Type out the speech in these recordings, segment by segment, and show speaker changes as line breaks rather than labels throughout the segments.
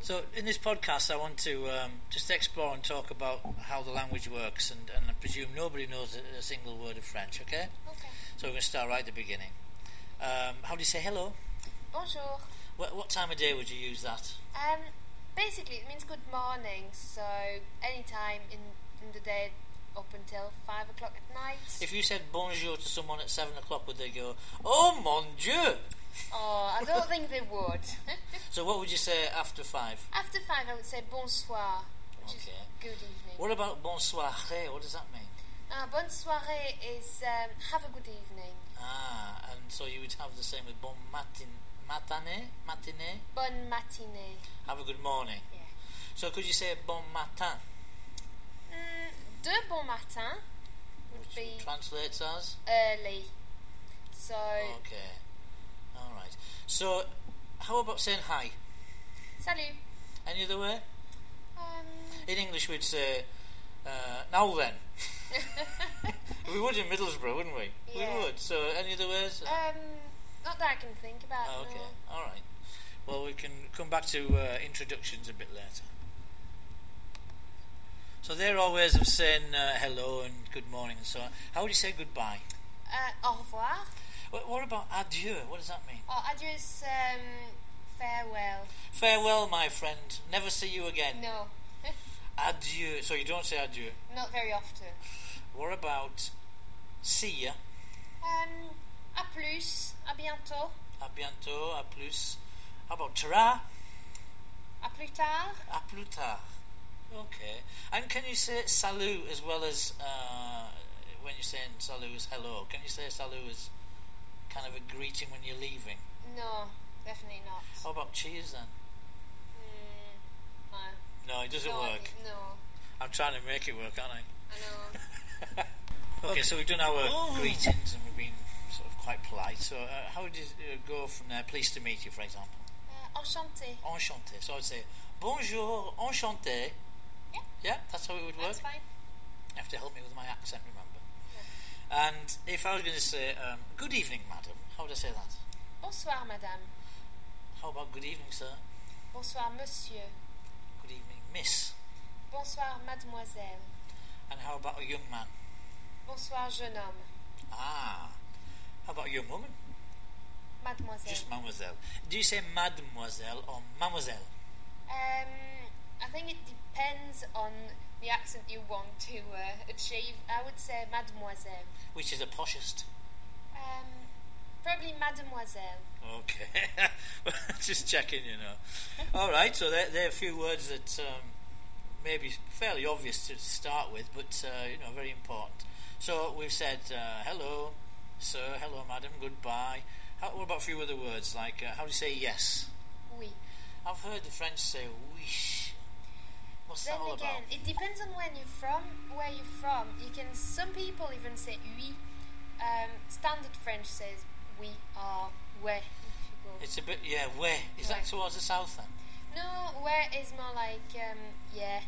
So in this podcast, I want to um, just explore and talk about how the language works, and, and I presume nobody knows a, a single word of French. Okay?
Okay.
So we're going to start right at the beginning. Um, how do you say hello?
Bonjour.
What, what time of day would you use that?
Um, basically, it means good morning. So any time in, in the day up until five o'clock at night.
If you said bonjour to someone at seven o'clock, would they go, "Oh mon Dieu"?
oh, I don't think they would.
So what would you say after five?
After five, I would say bonsoir, which is
Okay.
good evening.
What about bonsoir? What does that mean?
Uh, bonne soirée is um, have a good evening.
Ah, and so you would have the same with bon matin, matane, matinee.
Bonne matinée.
Have a good morning.
Yeah.
So could you say bon matin,
Mm, de bon matin would be
which translates as?
early. So
Okay. All right. So how about saying hi?
salut.
Any other way?
Um,
In English, we'd say uh, now then.
Um,
we would in Middlesbrough, wouldn't we?
Yeah.
We would. So any other ways?
Um, not that I can think about.
Oh,
no.
okay. All right. Well, we can come back to uh, introductions a bit later. So there are all ways of saying uh, hello and good morning and so on. How would you say goodbye?
Uh, au revoir.
What, what about adieu? What does that mean?
Or adieu is um, farewell.
Farewell, my friend. Never see you again.
No,
Adieu. So you don't say adieu.
not very often.
What about see ya?
Um, à plus, à bientôt,
A bientôt. A plus. How about tara?
à plus tard.
A plus tard. Okay. And can you say salut as well as uh, when you're saying salut as hello? Can you say salut as kind of a greeting when you're leaving?
No, definitely not.
How about cheers then?
Mm, no.
No, it doesn't
no, I
work.
think- No,
I'm trying to make it work, aren't
I know.
I? Okay, so we've done our
Oh.
greetings and we've been sort of quite polite. So uh, how would you uh, go from there? Pleased to meet you, for example.
Uh, enchanté.
Enchanté. So I'd say bonjour, enchanté.
Yeah.
Yeah, that's how it would work.
That's fine.
You have to help me with my accent, remember. And if I was going to say, um, good evening, madam, how would I say that?
Bonsoir, madame.
How about good evening, sir?
Bonsoir, monsieur.
Good evening, miss.
Bonsoir, mademoiselle.
And how about a young man?
Bonsoir, jeune homme.
Ah. How about a young woman?
Mademoiselle.
Just mademoiselle. Do you say mademoiselle or mademoiselle?
Um, I think it depends on the accent you want to uh, achieve. I would say mademoiselle.
Which is the poshest?
Um, probably mademoiselle.
Okay. Just checking, you know. All right, so there, there are a few words that um, may be fairly obvious to start with, but uh, you know, very important. So we've said uh, hello, sir, hello, madam, goodbye. How, what about a few other words like uh, how do you say yes?
Oui.
I've heard the French say wish. What's
Then
that all
again,
about?
it depends on when you're from. Where you're from, you can. Some people even say oui. Um, standard French says oui or ouais. If you go.
It's a bit yeah. Where is that
Right.
towards the south then?
no, where is more like um, yeah.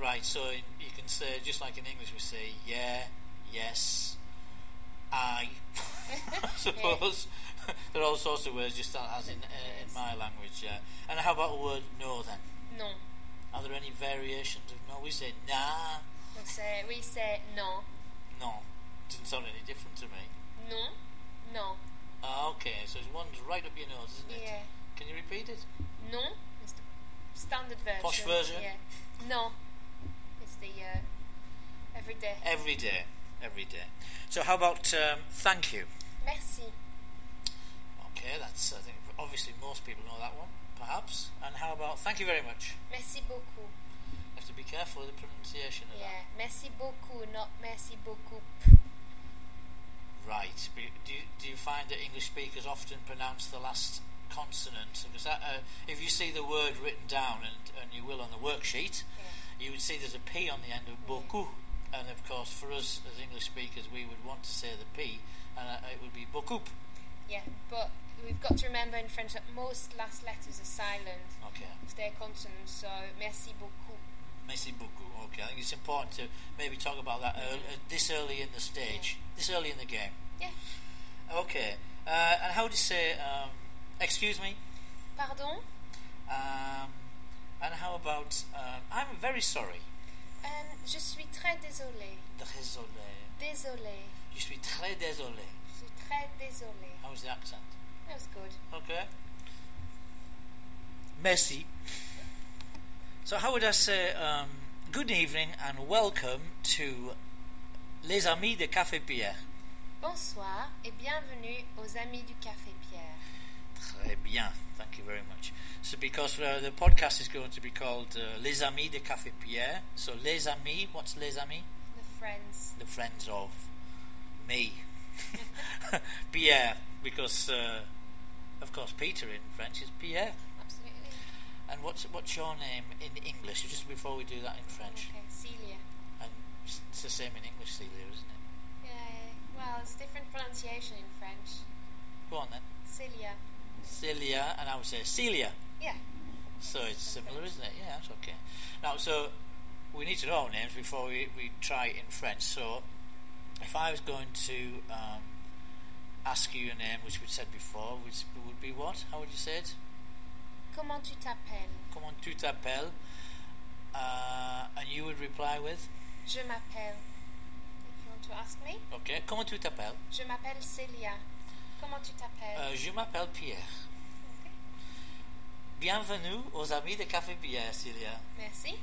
Right, so you can say, just like in English, we say, yeah, yes, I, I suppose. there are all sorts of words, just as in, uh, in my language, yeah. And how about the word no then?
Non.
Are there any variations of no? We say, nah,
We say we say non,
no. Doesn't sound any different to me.
non, non.
Ah, okay, so it's one's right up your nose, isn't it?
Yeah.
Can you repeat it?
Non, it's the standard version.
Posh version?
Yeah. No, it's the uh, everyday.
Every day, every day. So how about um, thank you?
Merci.
Okay, that's, I think, obviously most people know that one, perhaps. And how about thank you very much?
Merci beaucoup.
You have to be careful with the pronunciation of
Yeah. Merci beaucoup, not merci beaucoup.
that. Right. But do you, do you find that English speakers often pronounce the last consonant? Because that, uh, if you see the word written down, and, and you will on the worksheet, you would see there's a P on the end of beaucoup. And of course, for us as English speakers, we would want to say the P, and uh, it would be beaucoup.
Yeah, but we've got to remember in French that most last letters are silent.
Okay.
If they're consonants, so merci beaucoup.
Merci beaucoup. Okay. I think it's important to maybe talk about that earl- uh, this early in the stage, this early in the game.
Yeah.
Okay. Uh, and how do you say, um, excuse me?
Pardon.
Um, about um, I'm very sorry.
Um, je suis très désolée.
Désolé.
Désolée.
Je suis très désolé.
Je suis très désolée.
How's the accent?
That was good.
Okay. Merci. So how would I say um, good evening and welcome to Les Amis de Café Pierre?
Bonsoir et bienvenue aux Amis du Café Pierre.
Très bien. Thank you very much. So, because uh, the podcast is going to be called uh, Les Amis de Café Pierre. So, Les Amis, what's Les Amis?
The friends.
The friends of me, Pierre, because uh, of course Peter in French is Pierre.
Absolutely.
And what's what's your name in English? Just before we do that in French,
Okay, Celia.
and it's it's the same in English, Celia, isn't it?
Yeah, well, it's different pronunciation in French.
Go on then,
Celia.
Celia, and I would say Celia.
Yeah.
So it's similar, isn't it? Yeah, that's okay. Now, so we need to know our names before we, we try it in French. So if I was going to um, ask you your name, which we said before, which would be what? How would you say it?
Comment tu t'appelles?
Comment tu t'appelles? Uh, and you would reply with,
Je m'appelle. If you want to ask me,
okay, comment tu t'appelles?
je m'appelle Celia. Comment tu t'appelles?
Uh, je m'appelle Pierre.
Okay.
Bienvenue aux amis de Café Pierre, Celia.
Merci.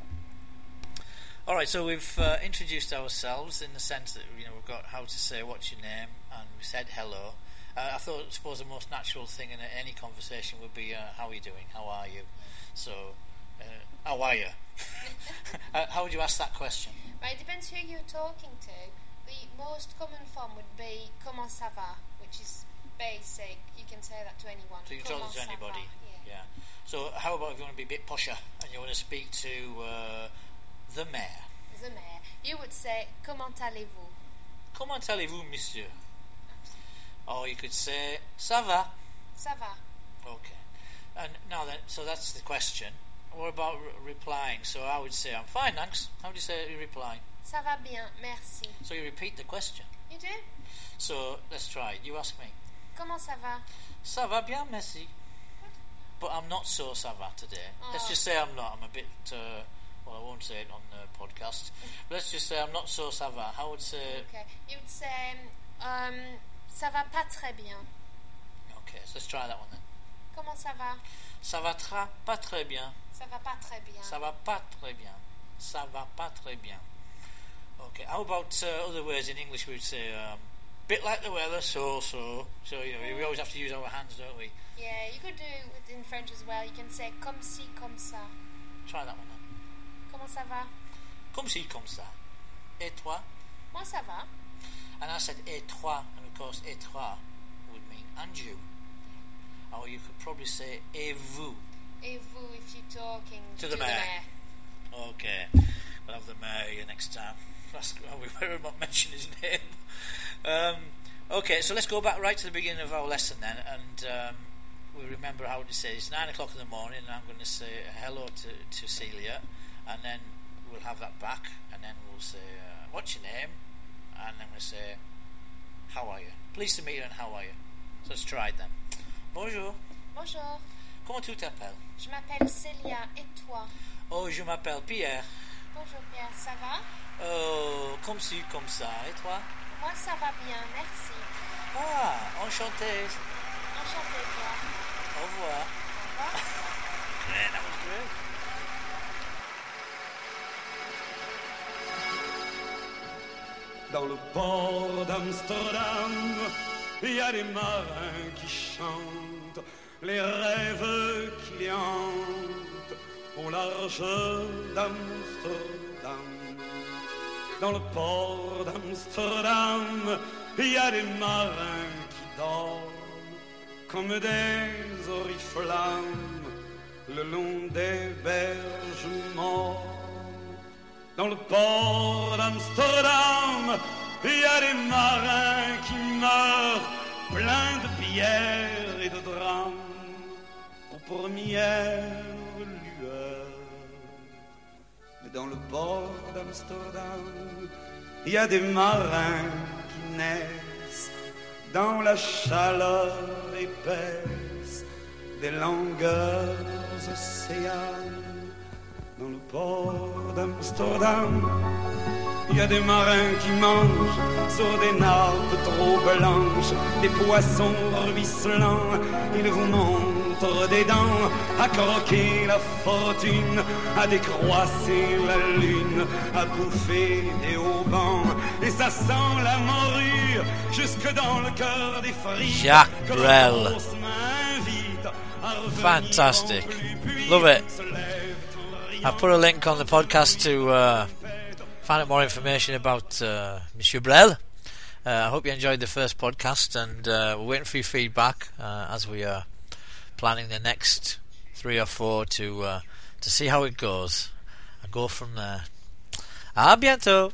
All right, so we've uh, introduced ourselves in the sense that you know we've got how to say what's your name, and we said hello. Uh, I thought, I suppose, the most natural thing in a- any conversation would be, uh, "How are you doing? How are you?" So, uh, how are you? uh, how would you ask that question?
Well, it depends who you're talking to. The most common form would be comment ça va, which is basic. You can say that to anyone.
So you can tell
Comment
it to
ça va,
anybody.
Yeah.
yeah. So, how about if you want to be a bit pusher and you want to speak to uh, the mayor?
The mayor. You would say comment allez-vous?
Comment allez-vous, monsieur? Or you could say, "Ça va."
Ça va.
Okay. And now then, so that's the question. What about re- replying? So I would say I'm fine, thanks. How would you say you reply?
Ça va bien, merci.
So you repeat the question.
You do?
So let's try. it. You ask me.
Comment ça va?
Ça va bien, merci. But I'm not so ça va today. Let's
Oh.
just say I'm not. I'm a bit. Uh, well, I won't say it on the podcast. But let's just say I'm not so ça va. I would say.
Okay. You would say um, ça va pas très bien.
Okay. So let's try that one then.
Comment ça va?
Ça va tra- pas très bien.
Ça va pas très bien.
Ça va pas très bien. Ça va pas très bien. Okay. How about uh, other words in English? We'd say um, bit like the weather, so so. So you know, we always have to use our hands, don't we?
Yeah, you could do it in French as well. You can say comme ci, comme ça.
Try that one then.
Comment ça va?
Comme ci, comme ça. Et toi?
Moi ça va.
And I said et toi, and of course et toi would mean and you. Or you could probably say et vous.
Et vous, if you're talking
To the mayor. Okay. We'll have the mayor here next time. That's, well, we better not mention his name. Um, okay, so let's go back right to the beginning of our lesson then, and um, we remember how to say it's nine o'clock in the morning, and I'm going to say hello to, to Celia, and then we'll have that back, and then we'll say, uh, What's your name? And then we'll say, How are you? Pleased to meet you, and how are you? So let's try it then. Bonjour,
Bonjour,
comment tu t'appelles?
je m'appelle Celia et toi.
Oh, je m'appelle Pierre.
Bonjour Pierre, ça va
Oh, comme ci, comme ça, et toi
Moi ça va bien, merci.
Ah, enchanté,
Enchanté Pierre.
au revoir.
Au revoir.
Yeah, that was great.
Dans le port d'Amsterdam, il y a des marins qui chantent les rêves qui les hantent au large d'Amsterdam. Dans le port d'Amsterdam, il y a des marins qui dorment comme des oriflammes le long des berges mortes. Dans le port d'Amsterdam, il y a des marins qui meurent, pleins de bière et de drames, aux premières lueurs. Mais dans le port d'Amsterdam, il y a des marins qui naissent dans la chaleur épaisse des longueurs océanes. Dans le port d'Amsterdam, il y a des marins qui mangent sur des nappes trop blanches, des poissons ruisselants. Ils vous montrent des dents à croquer la fortune, à décroisser la lune, à bouffer des haubans. Et ça sent la morue jusque dans le cœur des frites.
Jacques
que la
Brel.
course m'invite à revenir en
Fantastic.
plus
Love it.
se lève tout
I've put a link on the podcast to uh, find out more information about uh, Monsieur Brel. Uh, I hope you enjoyed the first podcast, and uh, we're waiting for your feedback uh, as we are planning the next three or four to uh, to see how it goes and go from there. A bientôt.